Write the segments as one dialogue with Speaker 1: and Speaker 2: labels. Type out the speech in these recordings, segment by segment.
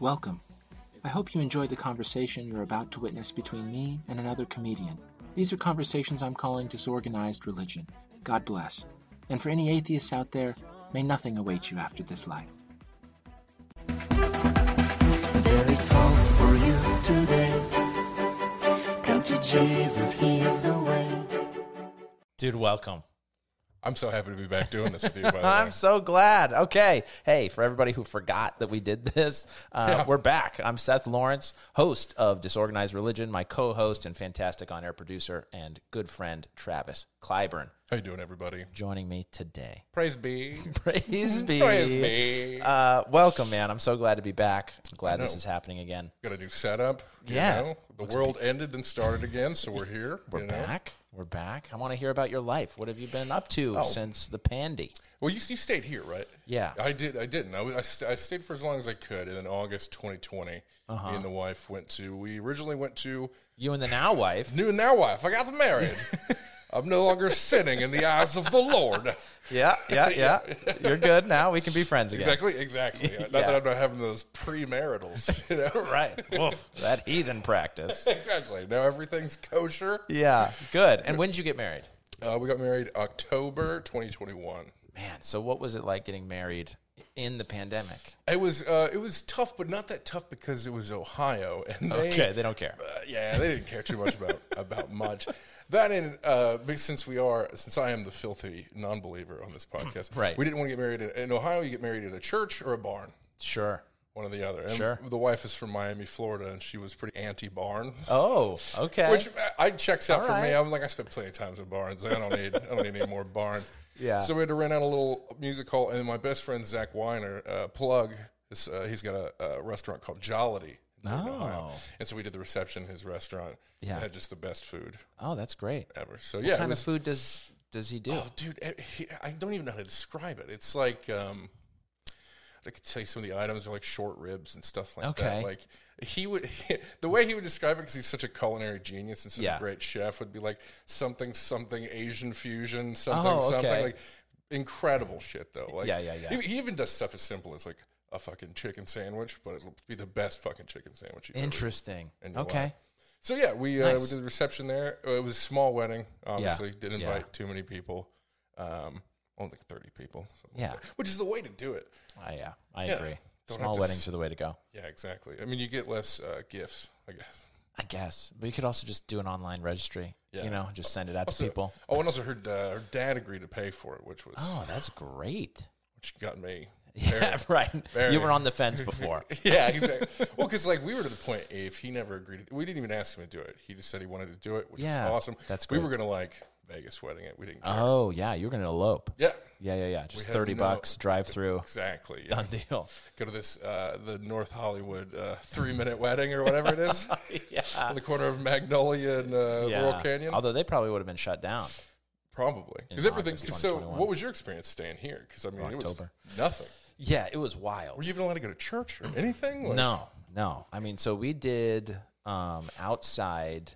Speaker 1: Welcome. I hope you enjoyed the conversation you're about to witness between me and another comedian. These are conversations I'm calling disorganized religion. God bless. And for any atheists out there, may nothing await you after this life.
Speaker 2: There is hope for you today. Come to Jesus, He is the way.
Speaker 3: Dude, welcome.
Speaker 4: I'm so happy to be back doing this with you. By the way,
Speaker 3: I'm so glad. Okay. Hey, for everybody who forgot that we did this, uh,
Speaker 4: Yeah.
Speaker 3: we're back. I'm Seth Lawrence, host of Disorganized Religion, my co host and fantastic on air producer and good friend, Travis Clyburn,
Speaker 4: how you doing, everybody?
Speaker 3: joining me today.
Speaker 4: Praise be.
Speaker 3: Praise be.
Speaker 4: Praise be.
Speaker 3: Uh, welcome, man. I'm so glad to be back. I'm glad this
Speaker 4: know.
Speaker 3: is happening again.
Speaker 4: Got a new setup. you
Speaker 3: Yeah.
Speaker 4: know? The world ended and started again, so we're here.
Speaker 3: We're
Speaker 4: you know?
Speaker 3: back. We're back. I want to hear about your life. What have you been up
Speaker 4: Oh.
Speaker 3: to since the pandy?
Speaker 4: Well, you, you stayed here, right?
Speaker 3: Yeah.
Speaker 4: I did. I didn't. I, was- I, st- I stayed for as long as I could, and then August 2020,
Speaker 3: Uh-huh.
Speaker 4: me and the wife went to. We originally went to
Speaker 3: You and the now wife.
Speaker 4: new and now wife. I got married. I'm no longer sinning in the eyes of the Lord.
Speaker 3: Yeah, yeah, yeah. You're good now. We can be friends again.
Speaker 4: Exactly. Exactly. Not
Speaker 3: Yeah.
Speaker 4: that I'm not having those premaritals. You know?
Speaker 3: Right. Woof. that heathen practice.
Speaker 4: exactly. Now everything's kosher.
Speaker 3: Yeah. Good. And when did you get married?
Speaker 4: Uh, we got married October 2021.
Speaker 3: Man, so what was it like getting married in the pandemic?
Speaker 4: It was uh, it was tough, but not that tough because it was Ohio, and they,
Speaker 3: Okay, they don't care.
Speaker 4: Uh, yeah, they didn't care too much about about much. That and uh, but since we are since I am the filthy non-believer on this podcast,
Speaker 3: Right.
Speaker 4: We didn't want to get married in, in Ohio. You get married in a church or a barn,
Speaker 3: Sure.
Speaker 4: one or the other. And
Speaker 3: Sure.
Speaker 4: The wife is from Miami, Florida, and she was pretty anti-barn.
Speaker 3: Oh, okay.
Speaker 4: Which uh, I checks out
Speaker 3: All
Speaker 4: for
Speaker 3: right.
Speaker 4: me. I'm like I spent plenty of times in barns. I don't need I don't need any more barn.
Speaker 3: Yeah.
Speaker 4: So we had to rent out a little music hall, and my best friend Zach Weiner, uh, plug, is, uh, he's got a, a restaurant called Jollity. in Dayton, Ohio.
Speaker 3: Oh.
Speaker 4: And so we did the reception in his restaurant.
Speaker 3: Yeah.
Speaker 4: And had just the best food
Speaker 3: oh, that's great.
Speaker 4: ever. So yeah,
Speaker 3: what
Speaker 4: it
Speaker 3: kind
Speaker 4: was,
Speaker 3: of food does does he do?
Speaker 4: Oh, dude, eh, he- I don't even know how to describe it. It's like um, I could tell you some of the items are like short ribs and stuff like
Speaker 3: Okay.
Speaker 4: that. Like he would, the way he would describe it, because he's such a culinary genius and such
Speaker 3: Yeah.
Speaker 4: a great chef, would be like something something Asian fusion, something
Speaker 3: Oh, okay.
Speaker 4: something like incredible shit though. Like
Speaker 3: Yeah, yeah, yeah.
Speaker 4: He, he even does stuff as simple as like a fucking chicken sandwich, but it'll be the best fucking chicken sandwich. You've ever eaten.
Speaker 3: Interesting.
Speaker 4: in your
Speaker 3: Okay.
Speaker 4: life. So yeah, we uh, we
Speaker 3: Nice.
Speaker 4: did the reception there. Uh, It was a small wedding, obviously. Didn't
Speaker 3: Yeah.
Speaker 4: invite too many people. Um, only like thirty people. something like
Speaker 3: Yeah.
Speaker 4: that, which is the way to do it.
Speaker 3: I yeah, I
Speaker 4: Yeah.
Speaker 3: agree.
Speaker 4: Don't have
Speaker 3: Small
Speaker 4: to
Speaker 3: weddings
Speaker 4: s-
Speaker 3: are the way to go.
Speaker 4: Yeah, exactly. I mean, you get less uh, gifts, I guess.
Speaker 3: I guess. But you could also just do an online registry.
Speaker 4: Yeah.
Speaker 3: You know, just send it out
Speaker 4: Also-
Speaker 3: to people.
Speaker 4: Oh, and also her, uh, her dad agreed to pay for it, which was
Speaker 3: Oh, that's great.
Speaker 4: which got me.
Speaker 3: Yeah,
Speaker 4: very-
Speaker 3: right.
Speaker 4: very-
Speaker 3: You were on the fence before.
Speaker 4: yeah, exactly. well, because like we were to the point if he never agreed, to, we didn't even ask him to do it. He just said he wanted to do it, which
Speaker 3: Yeah,
Speaker 4: was awesome.
Speaker 3: that's
Speaker 4: We
Speaker 3: great.
Speaker 4: were gonna like Vegas wedding it. We didn't. Care.
Speaker 3: Oh, yeah, you were going to elope.
Speaker 4: yeah,
Speaker 3: Yeah, yeah, yeah. Just
Speaker 4: had
Speaker 3: 30
Speaker 4: no-
Speaker 3: bucks, drive through.
Speaker 4: exactly. yeah.
Speaker 3: Done deal.
Speaker 4: go to this uh, the North Hollywood uh, three minute wedding or whatever it is
Speaker 3: yeah.
Speaker 4: on the corner of Magnolia and uh, Laurel Canyon.
Speaker 3: Although they probably would have been shut down.
Speaker 4: Probably
Speaker 3: In
Speaker 4: because everything's
Speaker 3: August
Speaker 4: so.
Speaker 3: 2021.
Speaker 4: What was your experience staying here? Because I mean,
Speaker 3: October.
Speaker 4: it was nothing.
Speaker 3: Yeah, it was
Speaker 4: Were
Speaker 3: wild.
Speaker 4: you even allowed to go to church or anything? Like,
Speaker 3: No, no. I mean, so we did um, outside.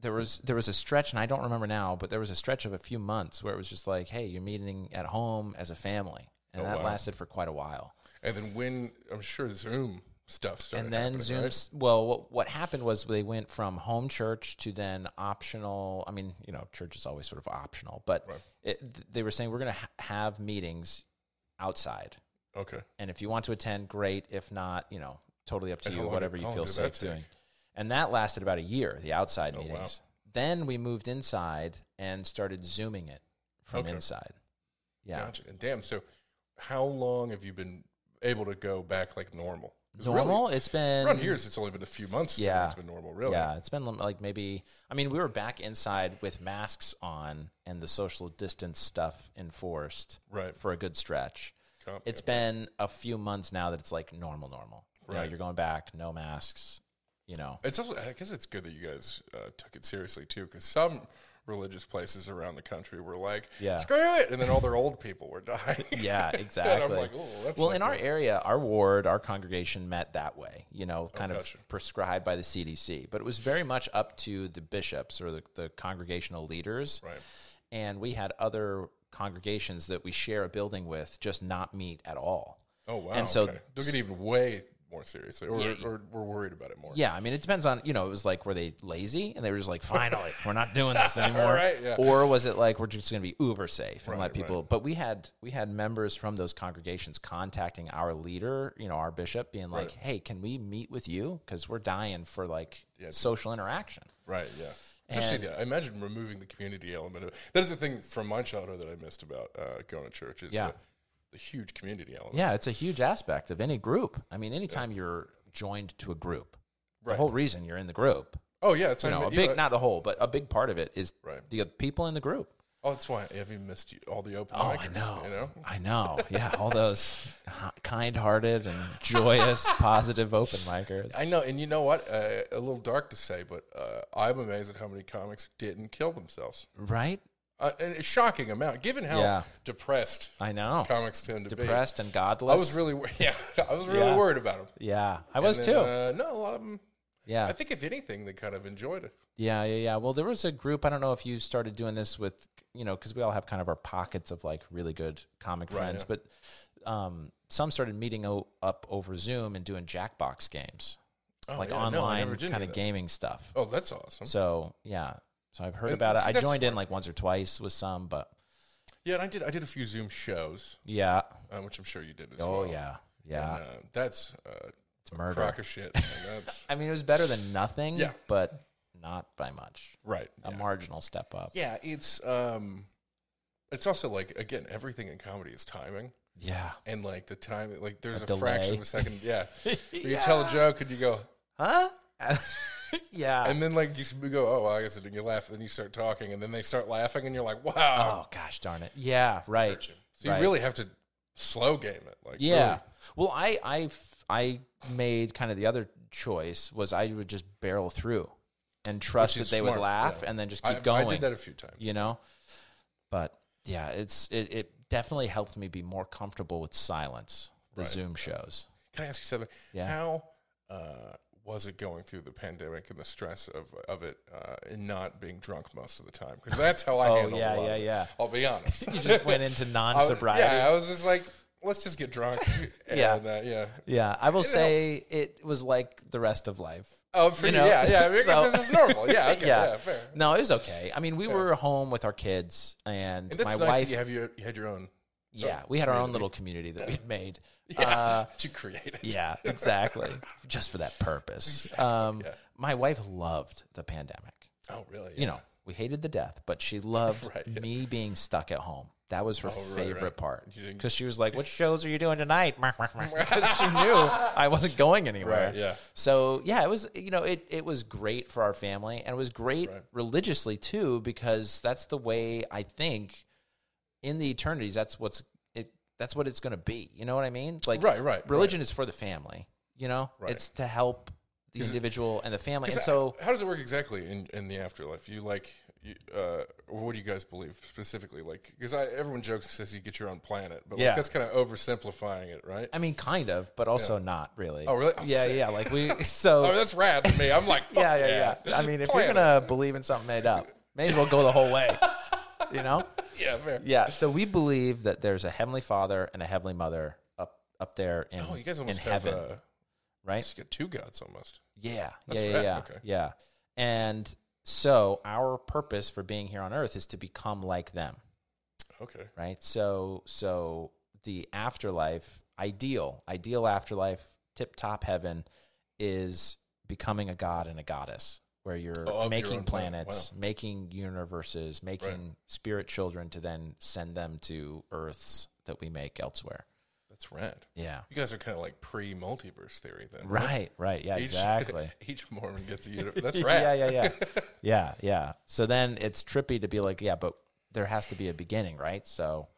Speaker 3: There was there was a stretch, and I don't remember now, but there was a stretch of a few months where it was just like, hey, you're meeting at home as a family, and
Speaker 4: Oh,
Speaker 3: that
Speaker 4: wow.
Speaker 3: lasted for quite a while.
Speaker 4: And then when I'm sure Zoom stuff started.
Speaker 3: and then
Speaker 4: happening,
Speaker 3: Zoom.
Speaker 4: right?
Speaker 3: s Well, what, what happened was they went from home church to then optional. I mean, you know, church is always sort of optional, but
Speaker 4: Right.
Speaker 3: it, th- they were saying we're going to ha- have meetings outside,
Speaker 4: Okay.
Speaker 3: and if you want to attend, great. If not, you know, totally up to
Speaker 4: And how
Speaker 3: you,
Speaker 4: long
Speaker 3: whatever
Speaker 4: did-
Speaker 3: you
Speaker 4: how long
Speaker 3: feel
Speaker 4: did that
Speaker 3: safe
Speaker 4: take?
Speaker 3: doing. And that lasted about a year. The outside
Speaker 4: Oh, wow.
Speaker 3: meetings. Then we moved inside and started zooming it from
Speaker 4: Okay.
Speaker 3: inside. Yeah.
Speaker 4: Gotcha. And damn. So, how long have you been able to go back like normal? 'Cause really,
Speaker 3: Normal. it's been
Speaker 4: around here, it's only been a few months. Since
Speaker 3: Yeah.
Speaker 4: it's been normal. Really.
Speaker 3: Yeah, it's been like maybe. I mean, we were back inside with masks on and the social distance stuff enforced
Speaker 4: Right.
Speaker 3: for a good stretch.
Speaker 4: Cop-
Speaker 3: It's been a few months now that it's like normal, normal. You know,
Speaker 4: Right.
Speaker 3: you're going back, no masks. You know,
Speaker 4: It's also, I guess it's good that you guys uh, took it seriously too, because some religious places around the country were like,
Speaker 3: Yeah.
Speaker 4: screw it, and then all their old people were dying.
Speaker 3: Yeah,
Speaker 4: and
Speaker 3: exactly.
Speaker 4: I'm like, oh, that's
Speaker 3: well,
Speaker 4: not
Speaker 3: in our
Speaker 4: good."
Speaker 3: area, our ward, our congregation met that way, you know, kind
Speaker 4: Oh, gotcha.
Speaker 3: of prescribed by the CDC. But it was very much up to the bishops or the, the congregational leaders.
Speaker 4: Right.
Speaker 3: And we had other congregations that we share a building with just not meet at all.
Speaker 4: Oh wow!
Speaker 3: And so-
Speaker 4: okay. took it even way more seriously, or,
Speaker 3: Yeah.
Speaker 4: or we're worried about it more.
Speaker 3: Yeah, I mean, it depends on you know. It was like were they lazy and they were just like, finally, we're not doing this anymore,
Speaker 4: Right, yeah.
Speaker 3: or was it like we're just going to be uber safe and
Speaker 4: Right,
Speaker 3: let people? But we had we had members from those congregations contacting our leader, you know, our bishop, being like, hey, can we meet with you because we're dying for like social interaction.
Speaker 4: Right. Yeah. Especially
Speaker 3: And-
Speaker 4: the, I imagine removing the community element of that is the thing from my childhood that I missed about uh, going to church is
Speaker 3: Yeah.
Speaker 4: the, the huge community element.
Speaker 3: Yeah, it's a huge aspect of any group. I mean, anytime you're joined to a group, the whole reason you're in the group,
Speaker 4: Oh yeah, it's
Speaker 3: you know, a big not the whole, but a big part of it is
Speaker 4: Right.
Speaker 3: the people in the group.
Speaker 4: Oh, that's why I haven't missed you, all the open.
Speaker 3: Oh, I
Speaker 4: micers,
Speaker 3: know.
Speaker 4: You know,
Speaker 3: I know. Yeah, all those kind-hearted and joyous, positive open micers.
Speaker 4: I know, and you know what? Uh, a little dark to say, but uh, I'm amazed at how many comics didn't kill themselves.
Speaker 3: right?
Speaker 4: Uh, and a shocking amount, given how
Speaker 3: Yeah.
Speaker 4: depressed
Speaker 3: I know.
Speaker 4: comics tend to
Speaker 3: Depressed and
Speaker 4: be. I
Speaker 3: godless.
Speaker 4: was really, wor- yeah, I was really
Speaker 3: Yeah.
Speaker 4: worried about them.
Speaker 3: yeah, I was too.
Speaker 4: Uh, no, a lot of them.
Speaker 3: yeah.
Speaker 4: I think if anything, they kind of enjoyed it.
Speaker 3: yeah, yeah, yeah. Well, there was a group, I don't know if you started doing this with, you know, cuz we all have kind of our pockets of like really good comic friends, but um some started meeting o- up over Zoom and doing Jackbox games.
Speaker 4: Oh,
Speaker 3: like
Speaker 4: yeah, no, I
Speaker 3: online
Speaker 4: never did
Speaker 3: kind
Speaker 4: do
Speaker 3: of
Speaker 4: that.
Speaker 3: gaming stuff.
Speaker 4: Oh, that's awesome.
Speaker 3: So yeah, so I've heard
Speaker 4: And
Speaker 3: about it.
Speaker 4: see,
Speaker 3: I
Speaker 4: that's
Speaker 3: joined in
Speaker 4: smart.
Speaker 3: like once or twice with some, but
Speaker 4: yeah, and I did. I did a few Zoom shows,
Speaker 3: yeah.
Speaker 4: uh, which I'm sure you did as
Speaker 3: Oh
Speaker 4: well.
Speaker 3: yeah, yeah.
Speaker 4: And, uh, that's uh,
Speaker 3: it's murder.
Speaker 4: crock of shit. man. That's
Speaker 3: I mean, it was better than nothing,
Speaker 4: Yeah.
Speaker 3: but not by much.
Speaker 4: right.
Speaker 3: A marginal step up.
Speaker 4: Yeah, it's um, it's also like again, everything in comedy is timing.
Speaker 3: Yeah.
Speaker 4: And like the time, like there's
Speaker 3: A
Speaker 4: a, fraction
Speaker 3: delay.
Speaker 4: of a second, yeah. Where You tell a joke and you go,
Speaker 3: Huh? yeah.
Speaker 4: and then like you s- go, oh, well, I guess it didn't. You laugh, and then you start talking, and then they start laughing, and you're like, wow.
Speaker 3: oh gosh, darn it. Yeah. Right.
Speaker 4: So you
Speaker 3: Oh. Right.
Speaker 4: really have to slow game it, like
Speaker 3: Yeah.
Speaker 4: really.
Speaker 3: Well, I I f- I made kind of the other choice was I would just barrel through and trust that
Speaker 4: Which is
Speaker 3: they would
Speaker 4: smart,
Speaker 3: laugh
Speaker 4: yeah.
Speaker 3: and then just
Speaker 4: I-
Speaker 3: keep going.
Speaker 4: I did that a few times.
Speaker 3: you know but yeah it's it, it definitely helped me be more comfortable with silence the zoom shows
Speaker 4: Can I ask you something?
Speaker 3: Yeah.
Speaker 4: How uh, was it going through the pandemic and the stress of of it uh, and not being drunk most of the time? Because that's how I
Speaker 3: Oh,
Speaker 4: handle.
Speaker 3: yeah,
Speaker 4: a lot
Speaker 3: yeah,
Speaker 4: of it.
Speaker 3: yeah.
Speaker 4: I'll be honest.
Speaker 3: you just went into
Speaker 4: I was-
Speaker 3: non-sobriety
Speaker 4: Yeah, I was just like, let's just get drunk. And,
Speaker 3: Yeah.
Speaker 4: uh, yeah.
Speaker 3: yeah i will say it was like the rest of life
Speaker 4: Oh, for
Speaker 3: You
Speaker 4: you,
Speaker 3: know,
Speaker 4: yeah, yeah. I mean,
Speaker 3: so-
Speaker 4: this is normal. Yeah, okay, yeah. fair.
Speaker 3: no it was okay i mean we were home with our kids and,
Speaker 4: And
Speaker 3: my
Speaker 4: that's nice
Speaker 3: wife
Speaker 4: that you have your you had your own.
Speaker 3: yeah we had our own little community that we'd made
Speaker 4: Yeah,
Speaker 3: uh,
Speaker 4: that you created.
Speaker 3: yeah exactly just for that purpose um, my wife loved the pandemic
Speaker 4: Oh, really?
Speaker 3: you know, we hated the death, but she loved
Speaker 4: Right, yeah.
Speaker 3: me being stuck at home. That was her favorite
Speaker 4: right.
Speaker 3: part
Speaker 4: You didn't-
Speaker 3: because she was like, "What shows are you doing tonight?" Because she knew I wasn't going anywhere.
Speaker 4: Right, yeah.
Speaker 3: So yeah, it was you know it it was great for our family and it was great religiously too because that's the way I think in the eternities that's what's it that's what it's going to be. You know what I mean? Like
Speaker 4: Right, right, right.
Speaker 3: Religion is for the family. You know,
Speaker 4: Right.
Speaker 3: it's to help the individual and the family. And
Speaker 4: Is
Speaker 3: so
Speaker 4: that- how does it work exactly in, in the afterlife? You like, you, uh, or what do you guys believe specifically? Like, because I everyone jokes and says you get your own planet, but
Speaker 3: Yeah.
Speaker 4: like, that's kind of oversimplifying it, right?
Speaker 3: I mean, kind of, but also not really.
Speaker 4: Oh, really? I'm
Speaker 3: yeah,
Speaker 4: sick.
Speaker 3: yeah. Like we, so
Speaker 4: oh, that's rad to me. I'm like,
Speaker 3: yeah,
Speaker 4: fuck
Speaker 3: yeah, yeah. I mean, if you're
Speaker 4: Planet.
Speaker 3: gonna believe in something made up, may as well go the whole way. You know?
Speaker 4: yeah, fair.
Speaker 3: Yeah. So we believe that there's a heavenly father and a heavenly mother up up there in,
Speaker 4: Oh, you guys
Speaker 3: in
Speaker 4: almost have
Speaker 3: heaven,
Speaker 4: uh,
Speaker 3: right?
Speaker 4: just get two gods almost.
Speaker 3: Yeah,
Speaker 4: That's
Speaker 3: yeah, yeah,
Speaker 4: rad.
Speaker 3: yeah.
Speaker 4: Okay.
Speaker 3: yeah. And so our purpose for being here on Earth is to become like them.
Speaker 4: Okay,
Speaker 3: right so so the afterlife ideal ideal afterlife tip top heaven is becoming a god and a goddess where you're
Speaker 4: Oh, of your
Speaker 3: making
Speaker 4: own planet.
Speaker 3: planets making universes making spirit children to then send them to earths that we make elsewhere
Speaker 4: that's rad.
Speaker 3: yeah
Speaker 4: You guys are kind of like pre multiverse theory then.
Speaker 3: right right yeah
Speaker 4: Each-
Speaker 3: exactly
Speaker 4: Each Mormon gets a universe. That's rad.
Speaker 3: yeah yeah yeah yeah yeah so then it's trippy to be like yeah but there has to be a beginning right so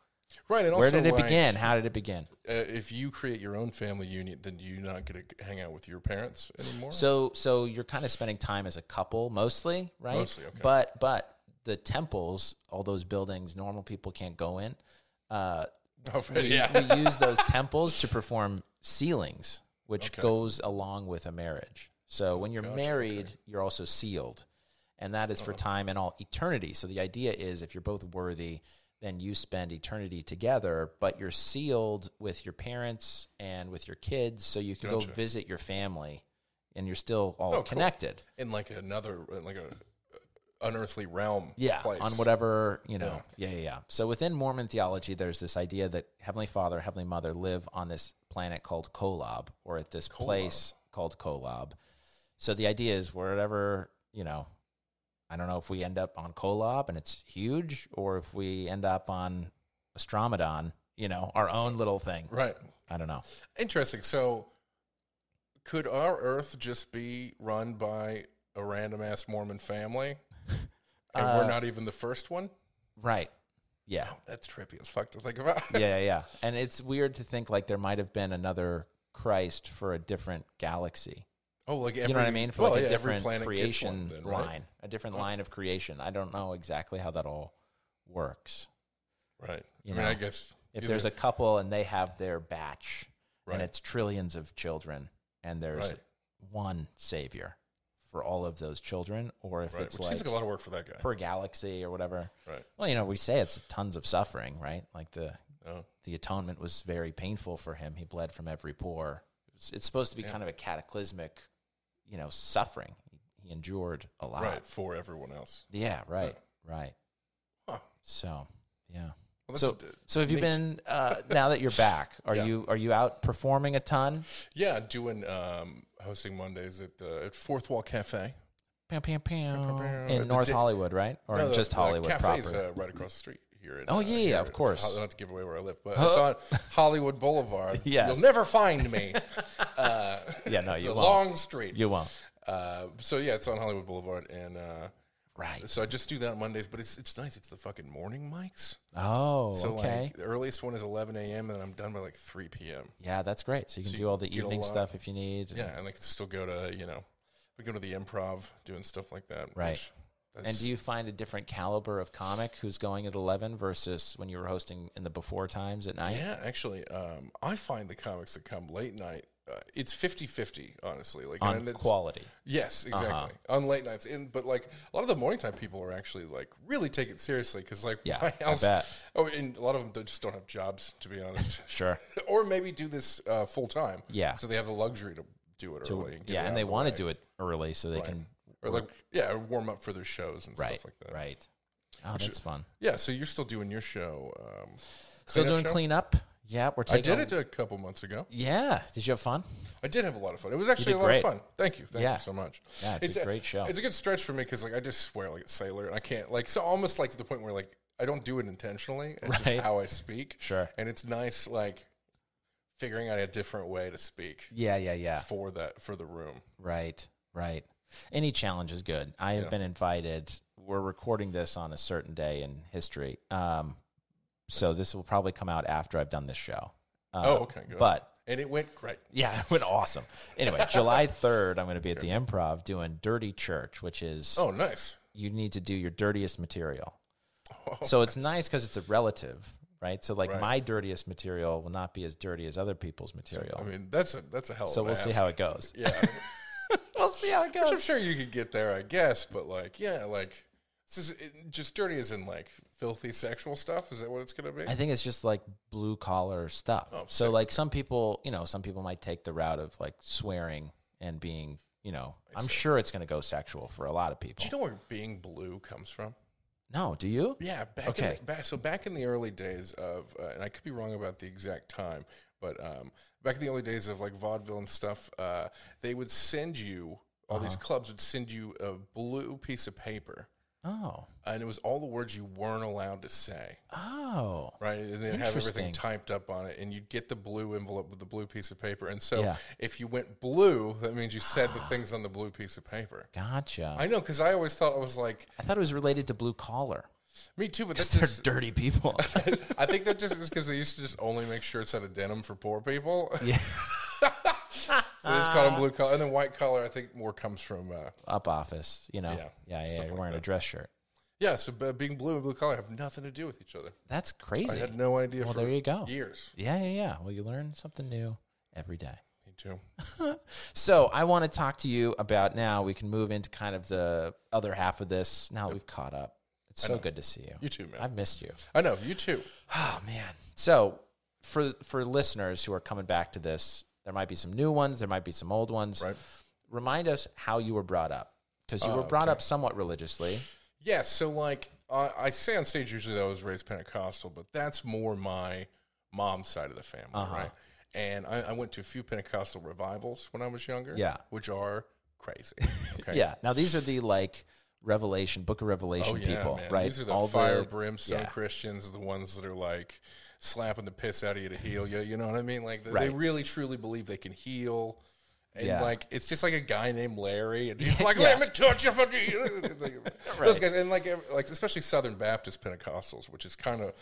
Speaker 4: Right. And
Speaker 3: where
Speaker 4: also,
Speaker 3: did it
Speaker 4: like,
Speaker 3: begin how did it begin
Speaker 4: Uh, if you create your own family unit, then do you not get to hang out with your parents anymore?
Speaker 3: So so you're kind of spending time as a couple mostly, right?
Speaker 4: Mostly, okay.
Speaker 3: But but the temples, all those buildings normal people can't go in. Uh,
Speaker 4: Oh,
Speaker 3: we,
Speaker 4: yeah.
Speaker 3: we use those temples to perform sealings, which goes along with a marriage. So when you're married, you're also sealed. And that is for time and all eternity. So the idea is if you're both worthy, then you spend eternity together, but you're sealed with your parents and with your kids. So you can go visit your family and you're still all
Speaker 4: cool.
Speaker 3: connected.
Speaker 4: in like another in like a uh, unearthly realm.
Speaker 3: Yeah,
Speaker 4: place.
Speaker 3: on whatever you know. Yeah. yeah, yeah, So within Mormon theology, there's this idea that Heavenly Father, Heavenly Mother live on this planet called Kolob, or at this place called Kolob. So the idea is wherever you know, I don't know if we end up on Kolob and it's huge, or if we end up on Astromedon, you know, our own little thing.
Speaker 4: Right.
Speaker 3: I don't know.
Speaker 4: Interesting. So, could our Earth just be run by a random ass Mormon family, and
Speaker 3: Uh,
Speaker 4: we're not even the first one?
Speaker 3: Right? Yeah.
Speaker 4: That's trippy as fuck to think about.
Speaker 3: yeah, yeah. And it's weird to think like there might have been another Christ for a different galaxy.
Speaker 4: Oh, like every,
Speaker 3: you know what I mean? For
Speaker 4: well,
Speaker 3: like a
Speaker 4: yeah, every
Speaker 3: different
Speaker 4: planet gets
Speaker 3: creation
Speaker 4: one then, right?
Speaker 3: line, a different line of creation. I don't know exactly how that all works.
Speaker 4: Right.
Speaker 3: You
Speaker 4: I mean,
Speaker 3: know,
Speaker 4: I guess
Speaker 3: If
Speaker 4: either-
Speaker 3: there's a couple and they have their batch,
Speaker 4: Right.
Speaker 3: and it's trillions of children, and there's
Speaker 4: Right.
Speaker 3: one savior for all of those children, or if
Speaker 4: right,
Speaker 3: it's
Speaker 4: which seems
Speaker 3: like,
Speaker 4: like a lot of work for that guy.
Speaker 3: per galaxy or whatever.
Speaker 4: Right.
Speaker 3: Well, you know, we say it's tons of suffering, right? Like the
Speaker 4: Oh.
Speaker 3: the atonement was very painful for him. He bled from every pore. It's, it's supposed to be kind of a cataclysmic, you know, suffering. He, he endured a lot.
Speaker 4: Right for everyone else.
Speaker 3: Yeah, right, right.
Speaker 4: Huh.
Speaker 3: So, yeah.
Speaker 4: Well, that's
Speaker 3: so,
Speaker 4: d-
Speaker 3: so have you
Speaker 4: neat.
Speaker 3: been uh, now that you're back? Are
Speaker 4: Yeah.
Speaker 3: you are you out performing a ton?
Speaker 4: Yeah, doing um, hosting Mondays at the at Fourth Wall Cafe.
Speaker 3: Pew, pew, pew.
Speaker 4: Uh, The
Speaker 3: Oh. In North
Speaker 4: di-
Speaker 3: Hollywood, right? Or
Speaker 4: No,
Speaker 3: in
Speaker 4: the-
Speaker 3: just
Speaker 4: the
Speaker 3: Hollywood
Speaker 4: cafe's,
Speaker 3: proper?
Speaker 4: Uh, right across the street here. In,
Speaker 3: Oh,
Speaker 4: uh,
Speaker 3: yeah,
Speaker 4: here
Speaker 3: of
Speaker 4: at-
Speaker 3: course.
Speaker 4: I'll not to give away where I live, but it's on Hollywood Boulevard.
Speaker 3: Yes.
Speaker 4: you'll never find me. uh,
Speaker 3: Yeah, no,
Speaker 4: it's
Speaker 3: you
Speaker 4: a
Speaker 3: won't.
Speaker 4: long street.
Speaker 3: you won't.
Speaker 4: Uh, so yeah, it's on Hollywood Boulevard, and uh,
Speaker 3: Right.
Speaker 4: so I just do that on Mondays. But it's it's nice. It's the fucking morning mics.
Speaker 3: Oh,
Speaker 4: So
Speaker 3: okay.
Speaker 4: like the earliest one is 11 a.m. and I'm done by like 3 p.m.
Speaker 3: yeah, that's great. So you can
Speaker 4: so
Speaker 3: do
Speaker 4: you
Speaker 3: all the
Speaker 4: get a
Speaker 3: evening
Speaker 4: lot-
Speaker 3: stuff if you need.
Speaker 4: Yeah, and I can still go to you know, we go to the improv doing stuff like that.
Speaker 3: Right.
Speaker 4: which
Speaker 3: And
Speaker 4: that's-
Speaker 3: do you find a different caliber of comic who's going at 11 versus when you were hosting in the before times at night?
Speaker 4: Yeah, actually, um, I find the comics that come late night, uh, it's 50 50, honestly. Like,
Speaker 3: On uh-huh.
Speaker 4: and it's-
Speaker 3: quality.
Speaker 4: Yes, exactly. On late nights. And, but, like, a lot of the morning time people are actually, like, really take it seriously because, like,
Speaker 3: Yeah,
Speaker 4: my
Speaker 3: I
Speaker 4: house.
Speaker 3: bet.
Speaker 4: Oh, and a lot of them they just don't have jobs, to be honest.
Speaker 3: Sure.
Speaker 4: or maybe do this uh, full time.
Speaker 3: Yeah.
Speaker 4: So they have the luxury to do it early. And get
Speaker 3: yeah,
Speaker 4: it out
Speaker 3: and they
Speaker 4: of the
Speaker 3: want
Speaker 4: way.
Speaker 3: to do it early so they can.
Speaker 4: Or, like, yeah, or warm up for their shows and
Speaker 3: Right.
Speaker 4: stuff like that.
Speaker 3: Right. Oh, that's fun.
Speaker 4: Yeah, so you're still doing your show. Um,
Speaker 3: Still
Speaker 4: cleanup
Speaker 3: doing
Speaker 4: show?
Speaker 3: cleanup? Yeah, we're
Speaker 4: I
Speaker 3: taking.
Speaker 4: did
Speaker 3: a-
Speaker 4: it a couple months ago.
Speaker 3: Yeah. Did you have fun?
Speaker 4: I did have a lot of fun. It was actually a
Speaker 3: did
Speaker 4: lot
Speaker 3: great.
Speaker 4: of fun. Thank you. Thank
Speaker 3: Yeah.
Speaker 4: you so much.
Speaker 3: Yeah, it's a great show.
Speaker 4: It's a good stretch for me because like I just swear like a sailor and I can't like so almost like to the point where like I don't do it intentionally. It's
Speaker 3: Right.
Speaker 4: just how I speak.
Speaker 3: Sure.
Speaker 4: And it's nice like figuring out a different way to speak
Speaker 3: Yeah, yeah, yeah.
Speaker 4: for that for the room.
Speaker 3: Right, right. Any challenge is good. I have been invited. We're recording this on a certain day in history. Um, so this will probably come out after I've done this show. Uh,
Speaker 4: oh, okay, good.
Speaker 3: But
Speaker 4: and it went great.
Speaker 3: yeah, it went awesome. Anyway, July 3rd, I'm going to be at the improv doing Dirty Church, which is
Speaker 4: Oh, nice.
Speaker 3: you need to do your dirtiest material. so it's nice because it's a relative, right? So, like,
Speaker 4: Oh, Right.
Speaker 3: my dirtiest material will not be as dirty as other people's material.
Speaker 4: I mean, that's a that's a hell.
Speaker 3: so,
Speaker 4: of
Speaker 3: we'll
Speaker 4: an
Speaker 3: see
Speaker 4: ask.
Speaker 3: how it goes.
Speaker 4: Yeah,
Speaker 3: we'll see how it
Speaker 4: which I'm sure you could get there, I guess. But like, yeah, like. This is it, just dirty as in like filthy sexual stuff. Is that what it's going to be?
Speaker 3: I think it's just like blue collar stuff.
Speaker 4: Oh,
Speaker 3: so like some people, you know, some people might take the route of like swearing and being, you know, I'm sure it's going to go sexual for a lot of people.
Speaker 4: Do you know where being blue comes from?
Speaker 3: no, do you?
Speaker 4: Yeah, back In
Speaker 3: Okay.
Speaker 4: the, back, so back in the early days of, uh, and I could be wrong about the exact time, but um, back in the early days of like vaudeville and stuff, uh, they would send you all these clubs would send you a blue piece of paper,
Speaker 3: Oh.
Speaker 4: and it was all the words you weren't allowed to say,
Speaker 3: Oh.
Speaker 4: right? And they'd have everything
Speaker 3: Interesting.
Speaker 4: typed up on it, and you'd get the blue envelope with the blue piece of paper, and so
Speaker 3: Yeah.
Speaker 4: if you went blue, that means you said the things on the blue piece of paper.
Speaker 3: Gotcha. I,
Speaker 4: I know because I always thought I was like
Speaker 3: thought it was related to blue collar.
Speaker 4: me too, but that's
Speaker 3: They're
Speaker 4: just,
Speaker 3: dirty people.
Speaker 4: I think that just is because they used to just only make shirts out of denim for poor people.
Speaker 3: Yeah.
Speaker 4: so they just called them blue collar. And then white collar, I think, more comes from, uh,
Speaker 3: Up office, you know. Yeah,
Speaker 4: Yeah,
Speaker 3: yeah,
Speaker 4: stuff
Speaker 3: you're
Speaker 4: like
Speaker 3: wearing a
Speaker 4: that.
Speaker 3: dress shirt.
Speaker 4: Yeah, so uh, being blue and blue collar have nothing to do with each other.
Speaker 3: That's crazy.
Speaker 4: I had no idea
Speaker 3: well,
Speaker 4: for
Speaker 3: there you go.
Speaker 4: years.
Speaker 3: Yeah, yeah, yeah. Well, you learn something new every day.
Speaker 4: Me too.
Speaker 3: So I want to talk to you about now. We can move into kind of the other half of this. Now that we've caught up. It's so good to see you.
Speaker 4: You too, man.
Speaker 3: I've missed you.
Speaker 4: I know you too.
Speaker 3: Oh man. So for for listeners who are coming back to this, there might be some new ones. There might be some old ones.
Speaker 4: Right.
Speaker 3: Remind us how you were brought up because
Speaker 4: Oh,
Speaker 3: you were brought up somewhat religiously.
Speaker 4: Yeah, so like I I say on stage usually that I was raised Pentecostal, but that's more my mom's side of the family, right? And I, I went to a few Pentecostal revivals when I was younger.
Speaker 3: Yeah.
Speaker 4: which are crazy. Okay.
Speaker 3: Yeah. Now these are the like Revelation, Book of Revelation
Speaker 4: Oh yeah,
Speaker 3: people,
Speaker 4: man.
Speaker 3: right?
Speaker 4: These are the fire brimstone
Speaker 3: yeah.
Speaker 4: Christians, the ones that are like slapping the piss out of you to heal you. You know what I mean? Like they, they
Speaker 3: Right.
Speaker 4: really truly believe they can heal. And
Speaker 3: Yeah.
Speaker 4: like it's just like a guy named Larry, and he's like, "Let me touch you for the-" those guys." And like, ev- like especially Southern Baptist Pentecostals, which is kind of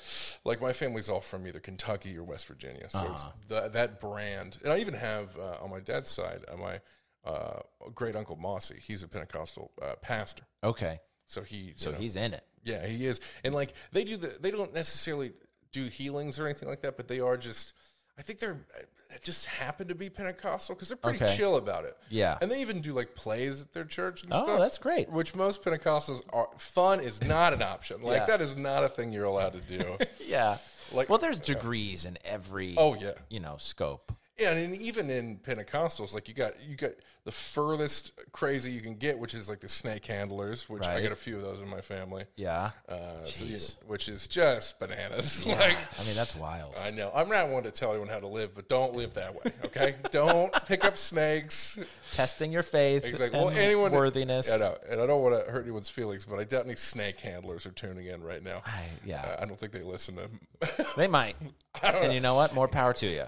Speaker 4: like my family's all from either Kentucky or West Virginia, so
Speaker 3: Uh-huh.
Speaker 4: it's th- that brand. And I even have uh, on my dad's side, uh, my uh, great uncle Mossy, he's a Pentecostal uh, pastor,
Speaker 3: Okay.
Speaker 4: so he you
Speaker 3: So
Speaker 4: know,
Speaker 3: he's in it.
Speaker 4: yeah, he is. And like they do the they don't necessarily do healings or anything like that, but they are just I think they're it just happen to be Pentecostal because they're pretty
Speaker 3: Okay.
Speaker 4: chill about it.
Speaker 3: Yeah.
Speaker 4: And they even do like plays at their church and
Speaker 3: Oh,
Speaker 4: stuff.
Speaker 3: that's great.
Speaker 4: Which most Pentecostals are fun is not an option. Like
Speaker 3: Yeah.
Speaker 4: that is not a thing you're allowed to do.
Speaker 3: Yeah.
Speaker 4: Like-
Speaker 3: well, there's degrees in every
Speaker 4: oh yeah.
Speaker 3: you know scope.
Speaker 4: Yeah, and even in Pentecostals, like you got you got the furthest crazy you can get, which is like the snake handlers, which I
Speaker 3: Right.
Speaker 4: got a few of those in my family.
Speaker 3: Yeah.
Speaker 4: Uh, so, you know,
Speaker 3: Jeez.
Speaker 4: which is just bananas. like
Speaker 3: I mean, that's wild.
Speaker 4: I know. I'm not one to tell anyone how to live, but don't live that way, okay? don't pick up snakes.
Speaker 3: Testing your faith
Speaker 4: Exactly.
Speaker 3: and
Speaker 4: Well, anyone
Speaker 3: worthiness.
Speaker 4: I know, and I don't want to hurt anyone's feelings, but I doubt any snake handlers are tuning in right now.
Speaker 3: I- yeah.
Speaker 4: Uh, I don't think they listen to.
Speaker 3: They might. and you know what? More power to you.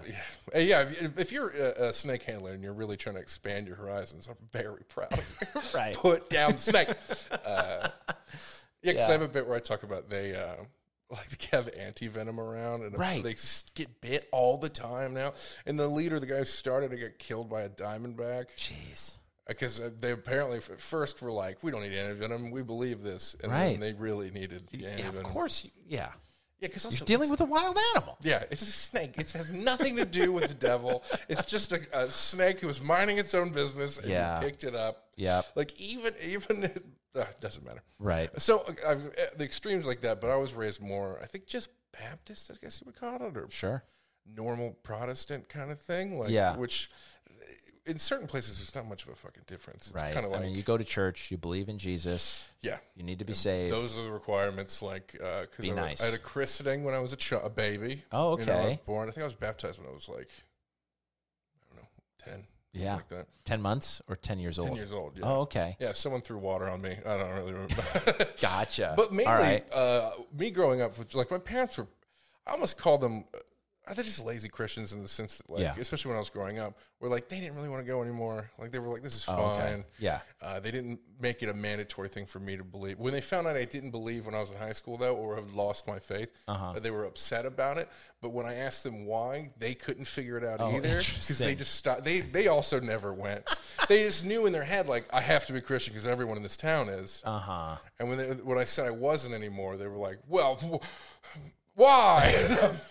Speaker 4: Hey, yeah, if, if you're a, a snake handler and you're really trying to expand your horizons, I'm very proud. of you.
Speaker 3: Right.
Speaker 4: Put down snake. uh, yeah, because
Speaker 3: Yeah.
Speaker 4: I have a bit where I talk about they. Uh, like they have anti venom around, and
Speaker 3: Right.
Speaker 4: they just get bit all the time now. And the leader, the guy who started, to get killed by a diamondback.
Speaker 3: Jeez.
Speaker 4: because they apparently f- at first were like, we don't need antivenom, we believe this, and
Speaker 3: Right.
Speaker 4: then they really needed the
Speaker 3: Yeah,
Speaker 4: antivenom.
Speaker 3: of course. you- Yeah.
Speaker 4: yeah, because also
Speaker 3: Dealing with a wild animal.
Speaker 4: yeah, it's a snake. It has nothing to do with the devil. It's just a, a snake who was minding its own business and you
Speaker 3: Yeah.
Speaker 4: picked it up.
Speaker 3: Yep.
Speaker 4: like even even it uh, doesn't matter.
Speaker 3: Right.
Speaker 4: So uh, I've, uh, the extremes like that, but I was raised more, I think, just Baptist, I guess you would call it, or
Speaker 3: Sure.
Speaker 4: normal Protestant kind of thing. Like,
Speaker 3: Yeah.
Speaker 4: which. uh, In certain places, there's not much of a fucking difference. It's
Speaker 3: Right.
Speaker 4: kind of like,
Speaker 3: I mean, you go to church, you believe in Jesus,
Speaker 4: yeah,
Speaker 3: you need to be saved.
Speaker 4: Those are the requirements. Like, uh 'cause
Speaker 3: Be
Speaker 4: I,
Speaker 3: nice.
Speaker 4: I had a christening when I was a, ch- a baby.
Speaker 3: Oh,
Speaker 4: You know, I was
Speaker 3: okay.
Speaker 4: born. I think I was baptized when I was like, I don't know, ten. something
Speaker 3: Yeah.
Speaker 4: like that.
Speaker 3: 10 months or 10 years
Speaker 4: Ten
Speaker 3: old?
Speaker 4: years old. Yeah.
Speaker 3: Oh, okay.
Speaker 4: Yeah, someone threw water on me. I don't really remember.
Speaker 3: Gotcha.
Speaker 4: but mainly,
Speaker 3: All right.
Speaker 4: uh, me growing up, which, like my parents were, I almost called them. uh, They're just lazy Christians in the sense that, like,
Speaker 3: Yeah.
Speaker 4: especially when I was growing up, were like they didn't really want to go anymore. Like they were like, "This is
Speaker 3: Oh,
Speaker 4: fine."
Speaker 3: okay. Yeah.
Speaker 4: Uh, they didn't make it a mandatory thing for me to believe. When they found out I didn't believe when I was in high school, though, or had lost my faith,
Speaker 3: Uh-huh.
Speaker 4: uh they were upset about it. But when I asked them why, they couldn't figure it out either because they
Speaker 3: Oh, interesting.
Speaker 4: just stopped. They they also never went. they just knew in their head like I have to be Christian because everyone in this town is.
Speaker 3: Uh huh.
Speaker 4: and when they, when I said I wasn't anymore, they were like, "Well, wh- why?"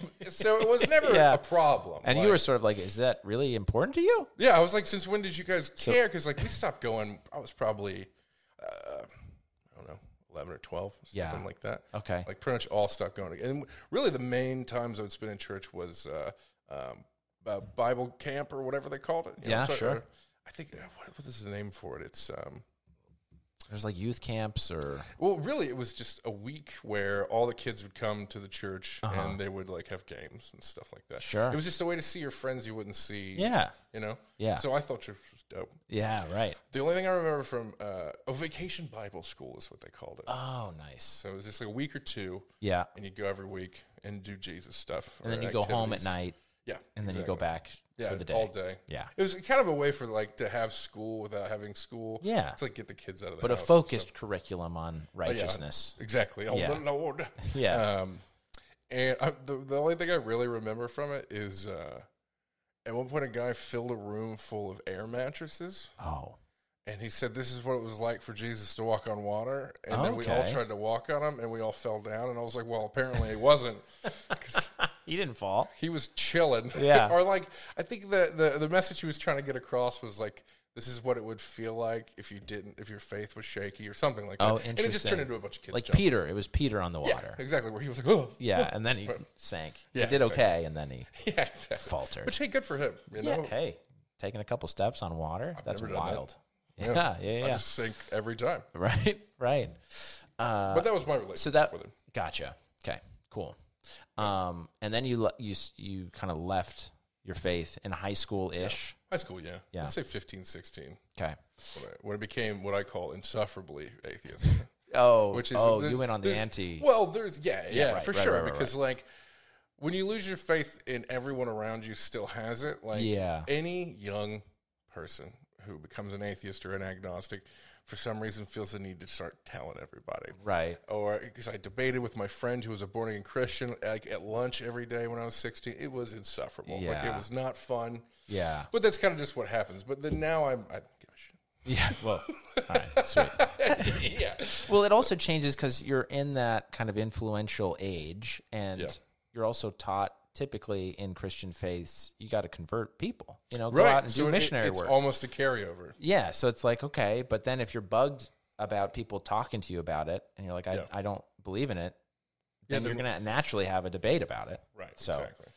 Speaker 4: so it was never
Speaker 3: Yeah.
Speaker 4: a problem.
Speaker 3: And you
Speaker 4: Like-
Speaker 3: were sort of like, is that really important to you?
Speaker 4: yeah, I was like, since when did you guys care? Because like we stopped going. I was probably, uh, I don't know, eleven or twelve, something
Speaker 3: Yeah.
Speaker 4: like that.
Speaker 3: Okay.
Speaker 4: like pretty much all stopped going. And really, the main times I would spend in church was uh, um, uh, Bible camp or whatever they called it. You
Speaker 3: Yeah,
Speaker 4: so-
Speaker 3: sure.
Speaker 4: or I think uh, what, what is the name for it? It's um,
Speaker 3: There's like youth camps or.
Speaker 4: well, really, it was just a week where all the kids would come to the church and they would like have games and stuff like that.
Speaker 3: Uh-huh. Sure.
Speaker 4: it was just a way to see your friends you wouldn't see.
Speaker 3: Yeah.
Speaker 4: you know.
Speaker 3: Yeah.
Speaker 4: So I thought church was dope.
Speaker 3: Yeah, right.
Speaker 4: The only thing I remember from uh, a vacation Bible school is what they called it.
Speaker 3: Oh, nice.
Speaker 4: so it was just like a week or two,
Speaker 3: Yeah.
Speaker 4: and you go every week and do Jesus stuff.
Speaker 3: And then
Speaker 4: or
Speaker 3: you go home at
Speaker 4: activities.
Speaker 3: night
Speaker 4: Yeah,
Speaker 3: and then you go
Speaker 4: exactly.
Speaker 3: back
Speaker 4: Yeah,
Speaker 3: for the day.
Speaker 4: all day.
Speaker 3: Yeah.
Speaker 4: it was kind of a way for like to have school without having school.
Speaker 3: Yeah.
Speaker 4: it's like get the kids out of the
Speaker 3: But a
Speaker 4: house and
Speaker 3: focused curriculum on
Speaker 4: stuff. Oh, Yeah,
Speaker 3: righteousness.
Speaker 4: exactly. Oh
Speaker 3: Yeah.
Speaker 4: the Lord.
Speaker 3: Yeah.
Speaker 4: Um, and I, the the only thing I really remember from it is uh, at one point a guy filled a room full of air mattresses
Speaker 3: oh.
Speaker 4: And he said, "This is what it was like for Jesus to walk on water." And then we all
Speaker 3: Okay.
Speaker 4: tried to walk on him, and we all fell down. And I was like, "Well, apparently it wasn't." 'Cause
Speaker 3: He didn't fall.
Speaker 4: he was chilling.
Speaker 3: Yeah.
Speaker 4: or like, I think the, the the message he was trying to get across was like, "This is what it would feel like if you didn't, if your faith was shaky, or something like that."
Speaker 3: Oh,
Speaker 4: And it just
Speaker 3: interesting.
Speaker 4: turned into a bunch of kids
Speaker 3: Like
Speaker 4: jumping.
Speaker 3: Peter, it was Peter on the water.
Speaker 4: Yeah, exactly. Where he was like, "Oh,
Speaker 3: Yeah, and then he sank.
Speaker 4: Yeah,
Speaker 3: he did
Speaker 4: exactly.
Speaker 3: okay, and then he
Speaker 4: yeah," exactly.
Speaker 3: faltered.
Speaker 4: Which hey, good for him. You
Speaker 3: yeah,
Speaker 4: know,
Speaker 3: hey, taking a couple steps on water. that's
Speaker 4: never done that.
Speaker 3: wild. Yeah, yeah, yeah.
Speaker 4: I just sink every time.
Speaker 3: right, right. Uh,
Speaker 4: But that was my relationship
Speaker 3: so that
Speaker 4: with him.
Speaker 3: gotcha. Okay, cool. Um, and then you le- you s- you kind of left your faith in high school ish.
Speaker 4: High school, yeah.
Speaker 3: Yeah.
Speaker 4: I'd say 15, 16,
Speaker 3: Okay.
Speaker 4: when, I, when it became what I call insufferably atheist.
Speaker 3: Oh,
Speaker 4: Which is
Speaker 3: oh,
Speaker 4: there's-
Speaker 3: you went on the
Speaker 4: there's-
Speaker 3: anti.
Speaker 4: Well, there's yeah, yeah,
Speaker 3: right,
Speaker 4: for
Speaker 3: right,
Speaker 4: sure.
Speaker 3: right, right,
Speaker 4: because like when you lose your faith and everyone around you still has it, like
Speaker 3: Yeah.
Speaker 4: any young person who becomes an atheist or an agnostic for some reason feels the need to start telling everybody.
Speaker 3: right.
Speaker 4: or because I debated with my friend who was a born again Christian like at lunch every day when I was 16. It was insufferable. Like it
Speaker 3: Yeah.
Speaker 4: was not fun.
Speaker 3: Yeah.
Speaker 4: But that's kind of just what happens. But then now I'm I don't give a
Speaker 3: Yeah. Well. all right. Sweet.
Speaker 4: shit. yeah.
Speaker 3: Well, it also changes because you're in that kind of influential age, and
Speaker 4: Yeah.
Speaker 3: you're also taught typically in Christian faiths you got to convert people. You know, go
Speaker 4: Right.
Speaker 3: out and
Speaker 4: So
Speaker 3: do
Speaker 4: it-
Speaker 3: missionary
Speaker 4: it's
Speaker 3: work.
Speaker 4: almost a carryover.
Speaker 3: yeah, so it's like okay, but then if you're bugged about people talking to you about it, and you're like, I,
Speaker 4: Yeah.
Speaker 3: I don't believe in it, then
Speaker 4: then-
Speaker 3: you're gonna naturally have a debate about it.
Speaker 4: Right.
Speaker 3: So
Speaker 4: Exactly.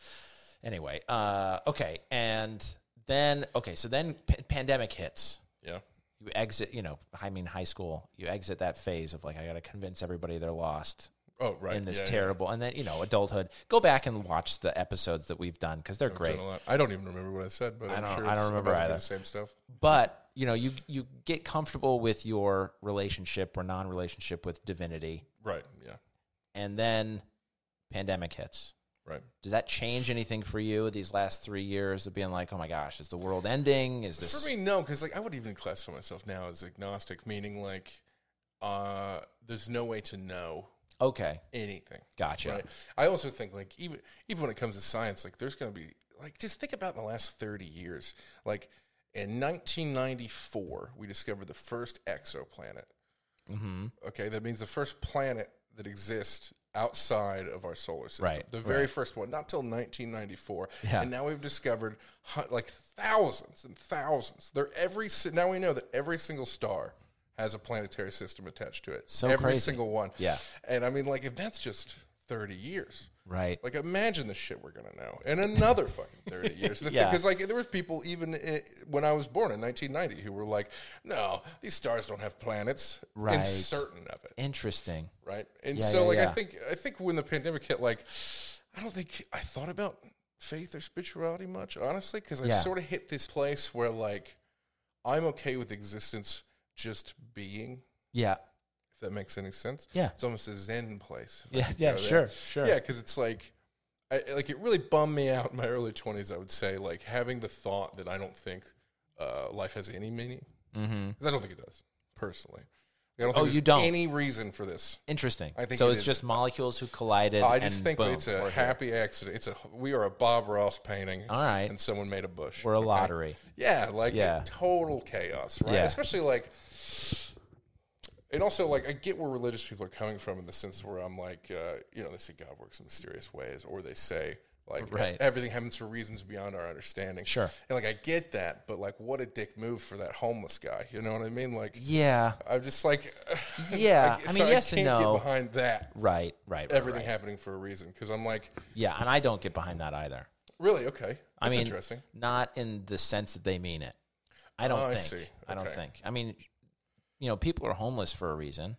Speaker 3: anyway, uh, okay, and then okay, so then p- pandemic hits
Speaker 4: Yeah.
Speaker 3: you exit, you know, I mean, high school, you exit that phase of like, I got to convince everybody they're lost
Speaker 4: Oh, right.
Speaker 3: in this
Speaker 4: Yeah, yeah.
Speaker 3: terrible, and then, you know, adulthood. Go back and watch the episodes that we've done because they're
Speaker 4: I've
Speaker 3: great.
Speaker 4: done a lot. I don't even remember what I said, but I am
Speaker 3: don't-
Speaker 4: sure
Speaker 3: I don't
Speaker 4: it's
Speaker 3: remember
Speaker 4: about
Speaker 3: either.
Speaker 4: the same stuff.
Speaker 3: But, you know, you, you get comfortable with your relationship or non relationship with divinity,
Speaker 4: Right. Yeah.
Speaker 3: and then pandemic hits.
Speaker 4: Right.
Speaker 3: Does that change anything for you these last three years of being like, oh my gosh, is the world ending? Is this.
Speaker 4: For me, no, because like I would even classify myself now as agnostic, meaning like uh there's no way to know
Speaker 3: okay.
Speaker 4: anything.
Speaker 3: Gotcha.
Speaker 4: Right. I also think like even even when it comes to science, like there's going to be like just think about the last thirty years. Like in 1994, we discovered the first exoplanet.
Speaker 3: Mm-hmm.
Speaker 4: Okay, that means the first planet that exists outside of our solar system.
Speaker 3: Right,
Speaker 4: The very
Speaker 3: right.
Speaker 4: first one, not till 1994.
Speaker 3: Yeah.
Speaker 4: And now we've discovered hu- like thousands and thousands. They're every si- now we know that every single star has a planetary system attached to it.
Speaker 3: So
Speaker 4: every
Speaker 3: crazy.
Speaker 4: single one.
Speaker 3: Yeah.
Speaker 4: And I mean like if that's just 30 years.
Speaker 3: Right.
Speaker 4: Like imagine the shit we're gonna know in another fucking thirty years. Because
Speaker 3: Yeah.
Speaker 4: like there was people even i when I was born in 1990 who were like, "No, these stars don't have planets."
Speaker 3: Right.
Speaker 4: And certain of it,
Speaker 3: Interesting.
Speaker 4: right? And
Speaker 3: Yeah,
Speaker 4: so
Speaker 3: yeah,
Speaker 4: like I
Speaker 3: yeah.
Speaker 4: think I think when the pandemic hit, like I don't think I thought about faith or spirituality much, honestly, because I
Speaker 3: Yeah.
Speaker 4: sort of hit this place where like I'm okay with existence just being.
Speaker 3: Yeah.
Speaker 4: If that makes any sense.
Speaker 3: Yeah.
Speaker 4: It's almost a zen place. if I
Speaker 3: Yeah.
Speaker 4: could
Speaker 3: Yeah.
Speaker 4: go there.
Speaker 3: Sure. Sure.
Speaker 4: Yeah, because it's like, I, like it really bummed me out in my early twenties. I would say like having the thought that I don't think uh, life has any meaning
Speaker 3: Mm-hmm.
Speaker 4: because I don't think it does personally. I don't
Speaker 3: Oh,
Speaker 4: there's
Speaker 3: you don't?
Speaker 4: any reason for this.
Speaker 3: Interesting.
Speaker 4: I think
Speaker 3: so.
Speaker 4: it
Speaker 3: it's
Speaker 4: is. Oh,
Speaker 3: just molecules who collided.
Speaker 4: I just
Speaker 3: and
Speaker 4: think
Speaker 3: boom,
Speaker 4: that it's a
Speaker 3: we're here.
Speaker 4: happy accident. It's a we are a Bob Ross painting.
Speaker 3: All right.
Speaker 4: and someone made a bush.
Speaker 3: We're a
Speaker 4: okay?
Speaker 3: lottery.
Speaker 4: Yeah, like
Speaker 3: Yeah.
Speaker 4: total chaos, right?
Speaker 3: Yeah.
Speaker 4: Especially like, and also like I get where religious people are coming from in the sense where I'm like, uh, you know, they say God works in mysterious ways, or they say like
Speaker 3: Right.
Speaker 4: everything happens for reasons beyond our understanding.
Speaker 3: Sure.
Speaker 4: and like I get that, but like, what a dick move for that homeless guy. You know what I mean? Like,
Speaker 3: Yeah.
Speaker 4: I'm just like,
Speaker 3: Yeah. I mean,
Speaker 4: so
Speaker 3: yes and
Speaker 4: can't
Speaker 3: no.
Speaker 4: Get behind that
Speaker 3: Right. Right. right,
Speaker 4: everything
Speaker 3: right.
Speaker 4: happening for a reason because I'm like,
Speaker 3: Yeah. And I don't get behind that either.
Speaker 4: really okay.
Speaker 3: I
Speaker 4: That's
Speaker 3: mean,
Speaker 4: interesting.
Speaker 3: not in the sense that they mean it. I don't
Speaker 4: Oh, I
Speaker 3: think.
Speaker 4: see.
Speaker 3: I don't
Speaker 4: Okay.
Speaker 3: think. I mean, you know, people are homeless for a reason.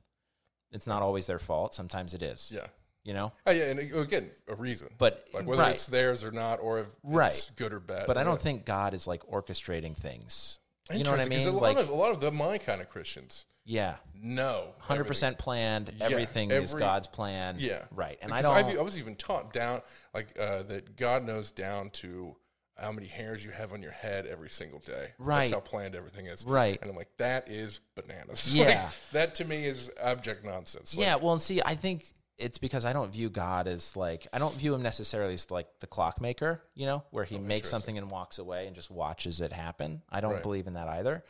Speaker 3: It's not always their fault. Sometimes it is.
Speaker 4: Yeah.
Speaker 3: You know.
Speaker 4: Oh, yeah, and uh, again, a reason,
Speaker 3: But-
Speaker 4: like whether
Speaker 3: right.
Speaker 4: it's theirs or not, or if it's
Speaker 3: Right.
Speaker 4: good or bad.
Speaker 3: But I don't
Speaker 4: yeah.
Speaker 3: think God is like orchestrating things. You know what I
Speaker 4: Interesting, 'cause
Speaker 3: mean?
Speaker 4: A lot
Speaker 3: Like,
Speaker 4: of a lot of the my kind of Christians
Speaker 3: yeah.
Speaker 4: know
Speaker 3: Hundred percent planned. Everything is
Speaker 4: every-
Speaker 3: God's plan.
Speaker 4: everything. Yeah,
Speaker 3: Right. And
Speaker 4: Because
Speaker 3: I
Speaker 4: I've- e,
Speaker 3: don't.
Speaker 4: I was even taught down like uh, that God knows down to how many hairs you have on your head every single day.
Speaker 3: Right.
Speaker 4: That's how planned everything is.
Speaker 3: Right.
Speaker 4: And I'm like, that is bananas. Like,
Speaker 3: Yeah.
Speaker 4: that to me is abject nonsense. Like,
Speaker 3: yeah, well, and see, I think it's because I don't view God as like I don't view him necessarily as like the clockmaker,
Speaker 4: Oh,
Speaker 3: you know, where he makes something and walks away and just watches it happen. I don't
Speaker 4: Right.
Speaker 3: believe in that either.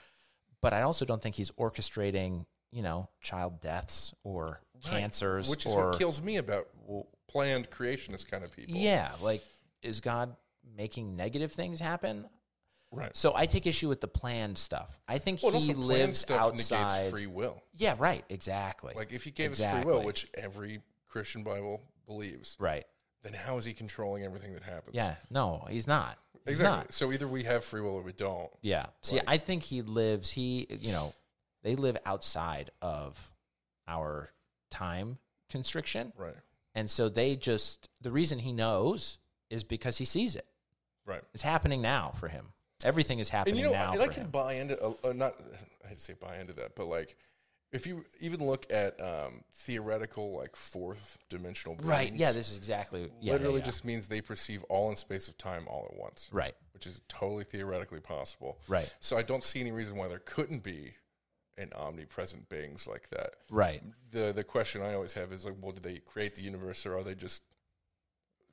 Speaker 3: But I also don't think he's orchestrating, you know, child deaths or cancers
Speaker 4: which is
Speaker 3: or
Speaker 4: what kills me about planned creationist kind of people.
Speaker 3: yeah, like is God making negative things happen?
Speaker 4: right.
Speaker 3: So I take issue with the planned stuff. I think
Speaker 4: Well, and
Speaker 3: he
Speaker 4: also planned
Speaker 3: lives
Speaker 4: stuff
Speaker 3: outside.
Speaker 4: negates free will.
Speaker 3: Yeah, right. Exactly.
Speaker 4: Like if he gave us free will,
Speaker 3: Exactly.
Speaker 4: which every Christian Bible believes,
Speaker 3: right.
Speaker 4: then how is he controlling everything that happens?
Speaker 3: Yeah. No, he's not. He's
Speaker 4: exactly.
Speaker 3: not.
Speaker 4: So either we have free will or we don't.
Speaker 3: Yeah. See,
Speaker 4: Like-
Speaker 3: I think he lives, he, you know, they live outside of our time constriction.
Speaker 4: Right.
Speaker 3: And so they just, the reason he knows is because he sees it.
Speaker 4: Right.
Speaker 3: It's happening now for him. Everything is happening
Speaker 4: And you know,
Speaker 3: now
Speaker 4: and
Speaker 3: for
Speaker 4: I can
Speaker 3: him.
Speaker 4: buy into uh, uh, not. I hate to say buy into that, but like, if you even look at um, theoretical like fourth dimensional beings,
Speaker 3: right. Yeah. This is exactly. yeah, yeah,
Speaker 4: literally
Speaker 3: yeah.
Speaker 4: just means they perceive all in space of time all at once,
Speaker 3: Right.
Speaker 4: which is totally theoretically possible.
Speaker 3: Right.
Speaker 4: So I don't see any reason why there couldn't be an omnipresent beings like that.
Speaker 3: Right.
Speaker 4: the The question I always have is like, well, did they create the universe, or are they just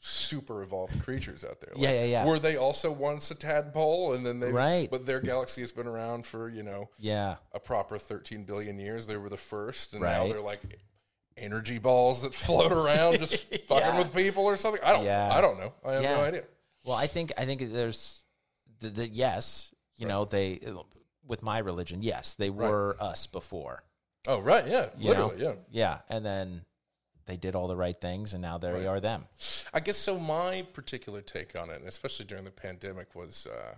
Speaker 4: super evolved creatures out there? Like,
Speaker 3: Yeah, yeah, yeah.
Speaker 4: Were they also once a tadpole, and then they
Speaker 3: Right.
Speaker 4: But their galaxy has been around for you know
Speaker 3: Yeah.
Speaker 4: a proper 13 billion years. They were the first, and now
Speaker 3: Right.
Speaker 4: they're like energy balls that float around just fucking
Speaker 3: Yeah.
Speaker 4: with people or something. I don't.
Speaker 3: Yeah.
Speaker 4: I don't know. I have no
Speaker 3: Yeah.
Speaker 4: idea.
Speaker 3: Well, I think I think there's the, the yes, you know, they with my religion, yes, they were us before.
Speaker 4: Oh right, yeah,
Speaker 3: you know?
Speaker 4: literally, yeah.
Speaker 3: yeah, and then they did all the right things, and now they
Speaker 4: Right.
Speaker 3: are them.
Speaker 4: I guess so. My particular take on it, and especially during the pandemic, was uh,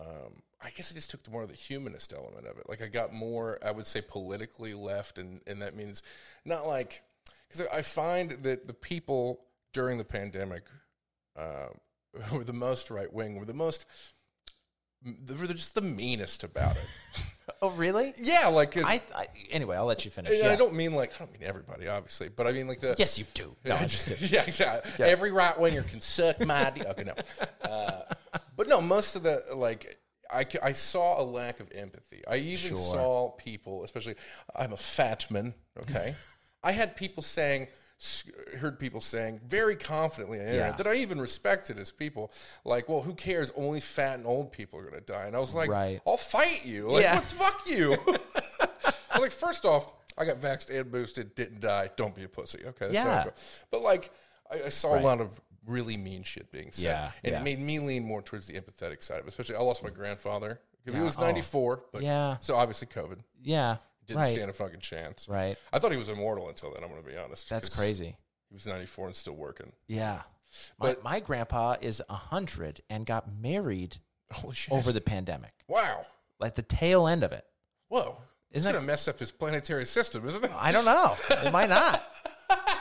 Speaker 4: um, I guess I just took the more of the humanist element of it. Like I got more, I would say, politically left, and and that means not like because I find that the people during the pandemic uh, who were the most right wing were the most they were just the meanest about it.
Speaker 3: Oh, really?
Speaker 4: yeah, like 'cause-
Speaker 3: I, I anyway, I'll let you finish.
Speaker 4: and
Speaker 3: Yeah.
Speaker 4: I don't mean like I don't mean everybody, obviously, but I mean like the
Speaker 3: yes, you do. No, I'm just kidding.
Speaker 4: yeah, exactly. Every right winger can suck my dick. Okay, no. Uh, but no, most of the, like, I, c- I saw a lack of empathy. I even saw people, especially, I'm a fat man, okay? I had people saying, s- heard people saying very confidently on the internet
Speaker 3: Yeah.
Speaker 4: that I even respected as people, like, well, who cares? Only fat and old people are going to die. And I was like,
Speaker 3: Right.
Speaker 4: I'll fight you. Like,
Speaker 3: Yeah.
Speaker 4: what the fuck you? I was like, first off, I got vaxxed and boosted, didn't die. Don't be a pussy. Okay. That's how I
Speaker 3: Yeah.
Speaker 4: feel. But like, I, I saw a lot of really mean shit being said,
Speaker 3: Yeah,
Speaker 4: and
Speaker 3: yeah.
Speaker 4: it made me lean more towards the empathetic side of it. Especially, I lost my grandfather. He
Speaker 3: Yeah,
Speaker 4: was
Speaker 3: oh.
Speaker 4: 94, but
Speaker 3: Yeah.
Speaker 4: so obviously COVID
Speaker 3: Yeah,
Speaker 4: didn't
Speaker 3: right,
Speaker 4: stand a fucking chance.
Speaker 3: right.
Speaker 4: I thought he was immortal until then. I'm going to be honest.
Speaker 3: That's
Speaker 4: 'cause
Speaker 3: crazy.
Speaker 4: He was 94 and still working.
Speaker 3: Yeah. My,
Speaker 4: But-
Speaker 3: my grandpa is a hundred and got married
Speaker 4: Holy shit!
Speaker 3: over the pandemic,
Speaker 4: wow.
Speaker 3: like the tail end of it.
Speaker 4: Whoa. It's
Speaker 3: Isn't
Speaker 4: going to mess up his planetary system, isn't it?
Speaker 3: I don't know. It might not.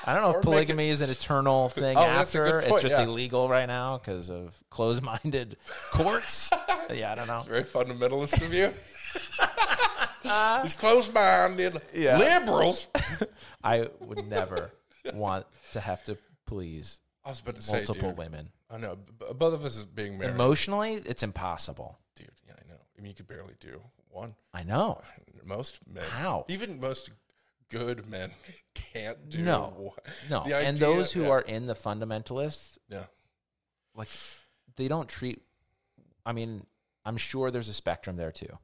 Speaker 3: I don't know
Speaker 4: Or
Speaker 3: if polygamy is an eternal thing
Speaker 4: Oh, that's a good
Speaker 3: after. It's
Speaker 4: point,
Speaker 3: just
Speaker 4: yeah.
Speaker 3: illegal right now because of closed minded courts. yeah, I don't know.
Speaker 4: Very fundamentalist of you. He's close-minded.
Speaker 3: Yeah.
Speaker 4: Liberals.
Speaker 3: I would never want to have to please
Speaker 4: I was about to say,
Speaker 3: multiple
Speaker 4: dude,
Speaker 3: women.
Speaker 4: I know. b- b- Both of us is being married.
Speaker 3: Emotionally, it's impossible.
Speaker 4: dude. Yeah, I know. I mean, you could barely do one.
Speaker 3: I know.
Speaker 4: Most men,
Speaker 3: How?
Speaker 4: even most good men, can't do.
Speaker 3: no.
Speaker 4: one.
Speaker 3: No.
Speaker 4: The
Speaker 3: and
Speaker 4: idea-
Speaker 3: those who
Speaker 4: yeah,
Speaker 3: are in the fundamentalists,
Speaker 4: yeah,
Speaker 3: like, they don't treat. I mean, I'm sure there's a spectrum there too.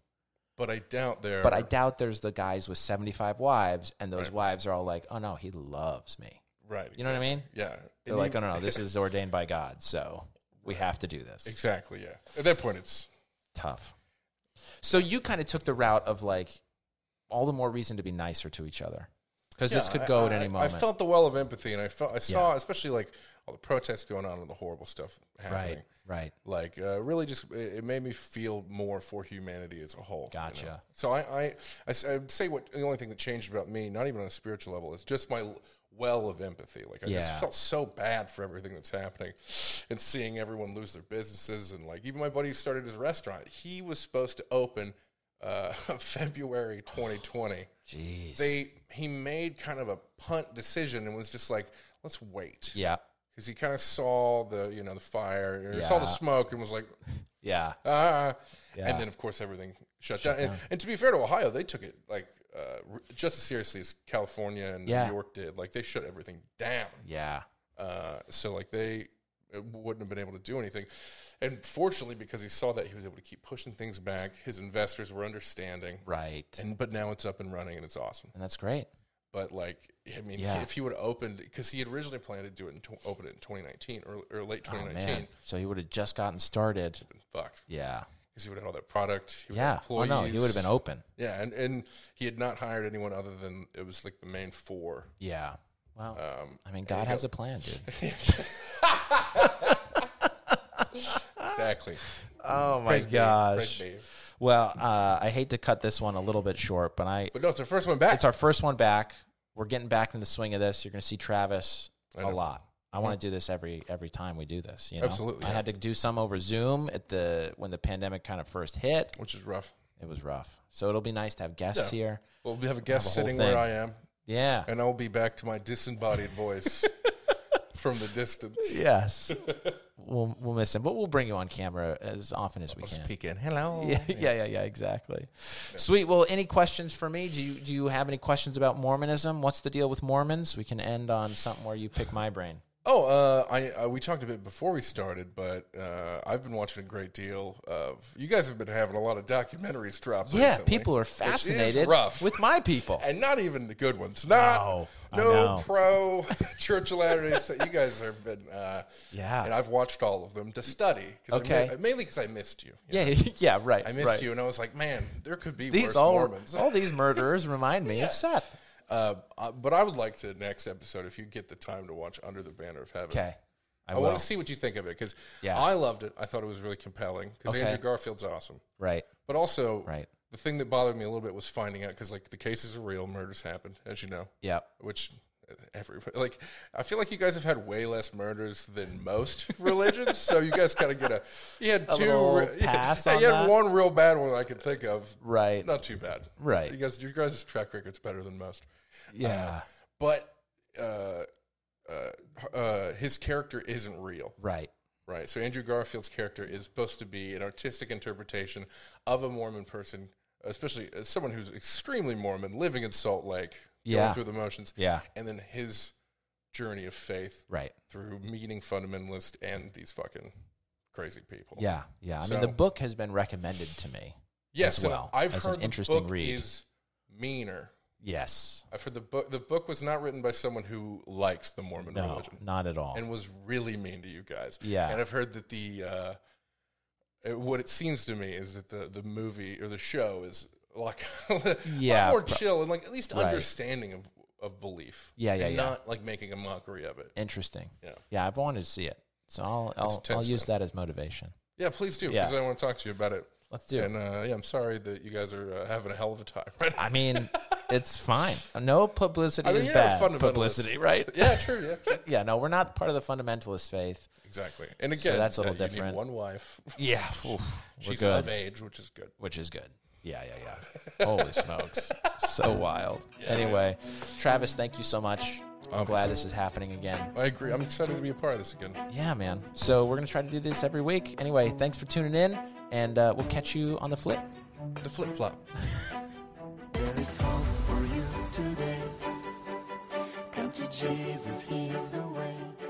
Speaker 4: but I doubt they're.
Speaker 3: But I doubt there's the guys with 75 wives, and those
Speaker 4: Right.
Speaker 3: wives are all like, oh no, he loves me.
Speaker 4: Right.
Speaker 3: You know what I mean?
Speaker 4: Yeah.
Speaker 3: They're
Speaker 4: And
Speaker 3: like,
Speaker 4: you-
Speaker 3: oh no, no, this is ordained by God, so we have to do this.
Speaker 4: exactly. Yeah. At that point, it's
Speaker 3: Tough. So you kind of took the route of like, all the more reason to be nicer to each other because this
Speaker 4: Yeah,
Speaker 3: could
Speaker 4: I-
Speaker 3: go at
Speaker 4: I-
Speaker 3: any
Speaker 4: I
Speaker 3: moment.
Speaker 4: felt the well of empathy, and I felt I saw, especially like all the protests going on and the horrible stuff happening.
Speaker 3: right, right.
Speaker 4: like uh, really just it, it made me feel more for humanity as a whole you know?
Speaker 3: Gotcha.
Speaker 4: so I, I, I s- I would say what the only thing that changed about me not even on a spiritual level is just my l- well of empathy like i just
Speaker 3: Yeah.
Speaker 4: felt so bad for everything that's happening and seeing everyone lose their businesses and like even my buddy who started his restaurant he was supposed to open uh, february 2020
Speaker 3: Jeez.
Speaker 4: they he made kind of a punt decision and was just like let's wait
Speaker 3: yeah,
Speaker 4: because he kind of saw the you know the fire or saw the
Speaker 3: Yeah.
Speaker 4: smoke and was like
Speaker 3: yeah,
Speaker 4: ah.
Speaker 3: Yeah.
Speaker 4: And then, of course, everything shut, down. And, and to be fair to Ohio, they took it like uh, r- just as seriously as California and
Speaker 3: Yeah.
Speaker 4: New York did. Like they shut everything down.
Speaker 3: yeah.
Speaker 4: Uh, so like they uh, wouldn't have been able to do anything. And fortunately, because he saw that, he was able to keep pushing things back. His investors were understanding,
Speaker 3: Right. And,
Speaker 4: and but now it's up and running and it's awesome.
Speaker 3: that's great.
Speaker 4: But like, I mean,
Speaker 3: Yeah.
Speaker 4: if he would have opened, because he had originally planned to do it and tw- open it in 2019 or, or late
Speaker 3: Oh,
Speaker 4: 2019,
Speaker 3: man. So he would have just gotten started.
Speaker 4: been fucked
Speaker 3: Yeah.
Speaker 4: because he would have all that product. He would've
Speaker 3: Yeah.
Speaker 4: had
Speaker 3: Oh, no. He would have
Speaker 4: employees.
Speaker 3: been open.
Speaker 4: Yeah, and, and he had not hired anyone other than it was like the main four.
Speaker 3: Yeah. Wow.
Speaker 4: Um,
Speaker 3: I mean, God has a plan, dude.
Speaker 4: Exactly.
Speaker 3: oh, Ah. my
Speaker 4: Praise be- praise be.
Speaker 3: Well, uh, I hate to cut this one a little bit short, but I
Speaker 4: But no, it's our first one back.
Speaker 3: it's our first one back. We're getting back in the swing of this. You're going to see Travis a
Speaker 4: know.
Speaker 3: lot. I want to do this every every time we do this. You know?
Speaker 4: Absolutely,
Speaker 3: I
Speaker 4: yeah.
Speaker 3: had to do some over Zoom at the when the pandemic kind of first hit.
Speaker 4: which is rough.
Speaker 3: It was rough. So ittle be nice to have guests
Speaker 4: Yeah.
Speaker 3: here.
Speaker 4: Well, we have a guest
Speaker 3: whole
Speaker 4: sitting
Speaker 3: thing.
Speaker 4: where I am,
Speaker 3: Yeah.
Speaker 4: and I'll be back to my disembodied voice from the distance.
Speaker 3: yes. we'll we'll miss him, but we'll bring you on camera as often as we can.
Speaker 4: Peek in. Hello.
Speaker 3: Yeah, yeah, yeah, yeah, exactly. Sweet. Well, any questions for me? Do you do you have any questions about Mormonism? What's the deal with Mormons? We can end on something where you pick my brain.
Speaker 4: Oh, uh, I uh, we talked a bit before we started, but uh, I've been watching a great deal of. You guys have been having a lot of documentaries drop.
Speaker 3: Yeah,
Speaker 4: recently,
Speaker 3: people are
Speaker 4: which is
Speaker 3: fascinated
Speaker 4: rough.
Speaker 3: with my people.
Speaker 4: and not even the good ones. Not
Speaker 3: No, I
Speaker 4: no
Speaker 3: know.
Speaker 4: pro Church of Latter Day. Saints. You guys have been, uh,
Speaker 3: Yeah.
Speaker 4: And I've watched all of them to study. 'cause I
Speaker 3: Okay.
Speaker 4: mi- mainly because I missed you. you
Speaker 3: Yeah,
Speaker 4: know?
Speaker 3: yeah, right.
Speaker 4: I missed
Speaker 3: right.
Speaker 4: you, and I was like, man, there could be
Speaker 3: These
Speaker 4: worse
Speaker 3: all Oh.
Speaker 4: Mormons.
Speaker 3: all these murderers remind me of Seth.
Speaker 4: Uh, uh, but I would like to next episode if you get the time to watch Under the Banner of Heaven.
Speaker 3: Okay, I,
Speaker 4: I,
Speaker 3: will.
Speaker 4: want to see what you think of it because
Speaker 3: Yeah.
Speaker 4: I loved it. I thought it was really compelling because
Speaker 3: Okay.
Speaker 4: Andrew Garfield's awesome.
Speaker 3: Right,
Speaker 4: But also,
Speaker 3: Right.
Speaker 4: the thing that bothered me a little bit was finding out because like the cases are real, murders happened, as you know.
Speaker 3: yeah.
Speaker 4: which uh, every like I feel like you guys have had way less murders than most religions, so you guys kind of get a you had two
Speaker 3: little
Speaker 4: re- yeah,
Speaker 3: pass
Speaker 4: yeah,
Speaker 3: on
Speaker 4: you had
Speaker 3: that?
Speaker 4: one real bad one I could think of,
Speaker 3: Right.
Speaker 4: Not too bad,
Speaker 3: Right.
Speaker 4: You guys, your guys' track record's better than most,
Speaker 3: Yeah,
Speaker 4: but uh, uh, uh, his character isn't real,
Speaker 3: right.
Speaker 4: right? So Andrew Garfield's character is supposed to be an artistic interpretation of a Mormon person. Especially as someone who's extremely Mormon, living in Salt Lake,
Speaker 3: Yeah.
Speaker 4: going through the motions
Speaker 3: Yeah,
Speaker 4: and then his journey of faith
Speaker 3: right.
Speaker 4: through meeting fundamentalists and these fucking crazy people.
Speaker 3: Yeah, yeah. I
Speaker 4: So-
Speaker 3: mean, the book has been recommended to me.
Speaker 4: Yes,
Speaker 3: as
Speaker 4: and
Speaker 3: well.
Speaker 4: I've
Speaker 3: That's an
Speaker 4: heard the
Speaker 3: interesting
Speaker 4: book
Speaker 3: read.
Speaker 4: is meaner.
Speaker 3: Yes.
Speaker 4: I've heard the book. The book was not written by someone who likes the Mormon
Speaker 3: No,
Speaker 4: religion
Speaker 3: not at all.
Speaker 4: and was really mean to you guys.
Speaker 3: Yeah.
Speaker 4: and I've heard that the uh, it- what it seems to me is that the the movie or the show is like a lot
Speaker 3: Yeah,
Speaker 4: more
Speaker 3: pro-
Speaker 4: chill and like at least
Speaker 3: Right.
Speaker 4: understanding of of belief.
Speaker 3: Yeah, yeah,
Speaker 4: and
Speaker 3: yeah.
Speaker 4: Not like making a mockery of it.
Speaker 3: Interesting.
Speaker 4: Yeah.
Speaker 3: Yeah, I've wanted to see it. So I'll I'll, I'll
Speaker 4: intense,
Speaker 3: use that as motivation.
Speaker 4: Yeah, please do
Speaker 3: Yeah.
Speaker 4: because I want to talk to you about it.
Speaker 3: Let's do it.
Speaker 4: And uh, yeah, I'm sorry that you guys are uh, having a hell of a time. Right?
Speaker 3: I mean, it's fine. No publicity
Speaker 4: I mean,
Speaker 3: is
Speaker 4: you're not a
Speaker 3: bad.
Speaker 4: fundamentalist.
Speaker 3: Publicity, right?
Speaker 4: yeah, true. Yeah, yeah,
Speaker 3: yeah, no, we're not part of the fundamentalist faith.
Speaker 4: exactly. And again,
Speaker 3: that's a little
Speaker 4: uh, you need
Speaker 3: different.
Speaker 4: one wife.
Speaker 3: Yeah, oof, we're
Speaker 4: She's
Speaker 3: good,
Speaker 4: of age, which is good.
Speaker 3: which is good. Yeah, yeah, yeah. Holy smokes, so wild. Anyway, Travis, thank you so much. I'm glad this is happening again.
Speaker 4: I agree. I'm excited to be a part of this again.
Speaker 3: Yeah, man. So we're gonna try to do this every week. Anyway, thanks for tuning in, and uh, we'll catch you on the flip.
Speaker 4: The flip flop.
Speaker 2: There is hope for you today. Come to Jesus, He is the way.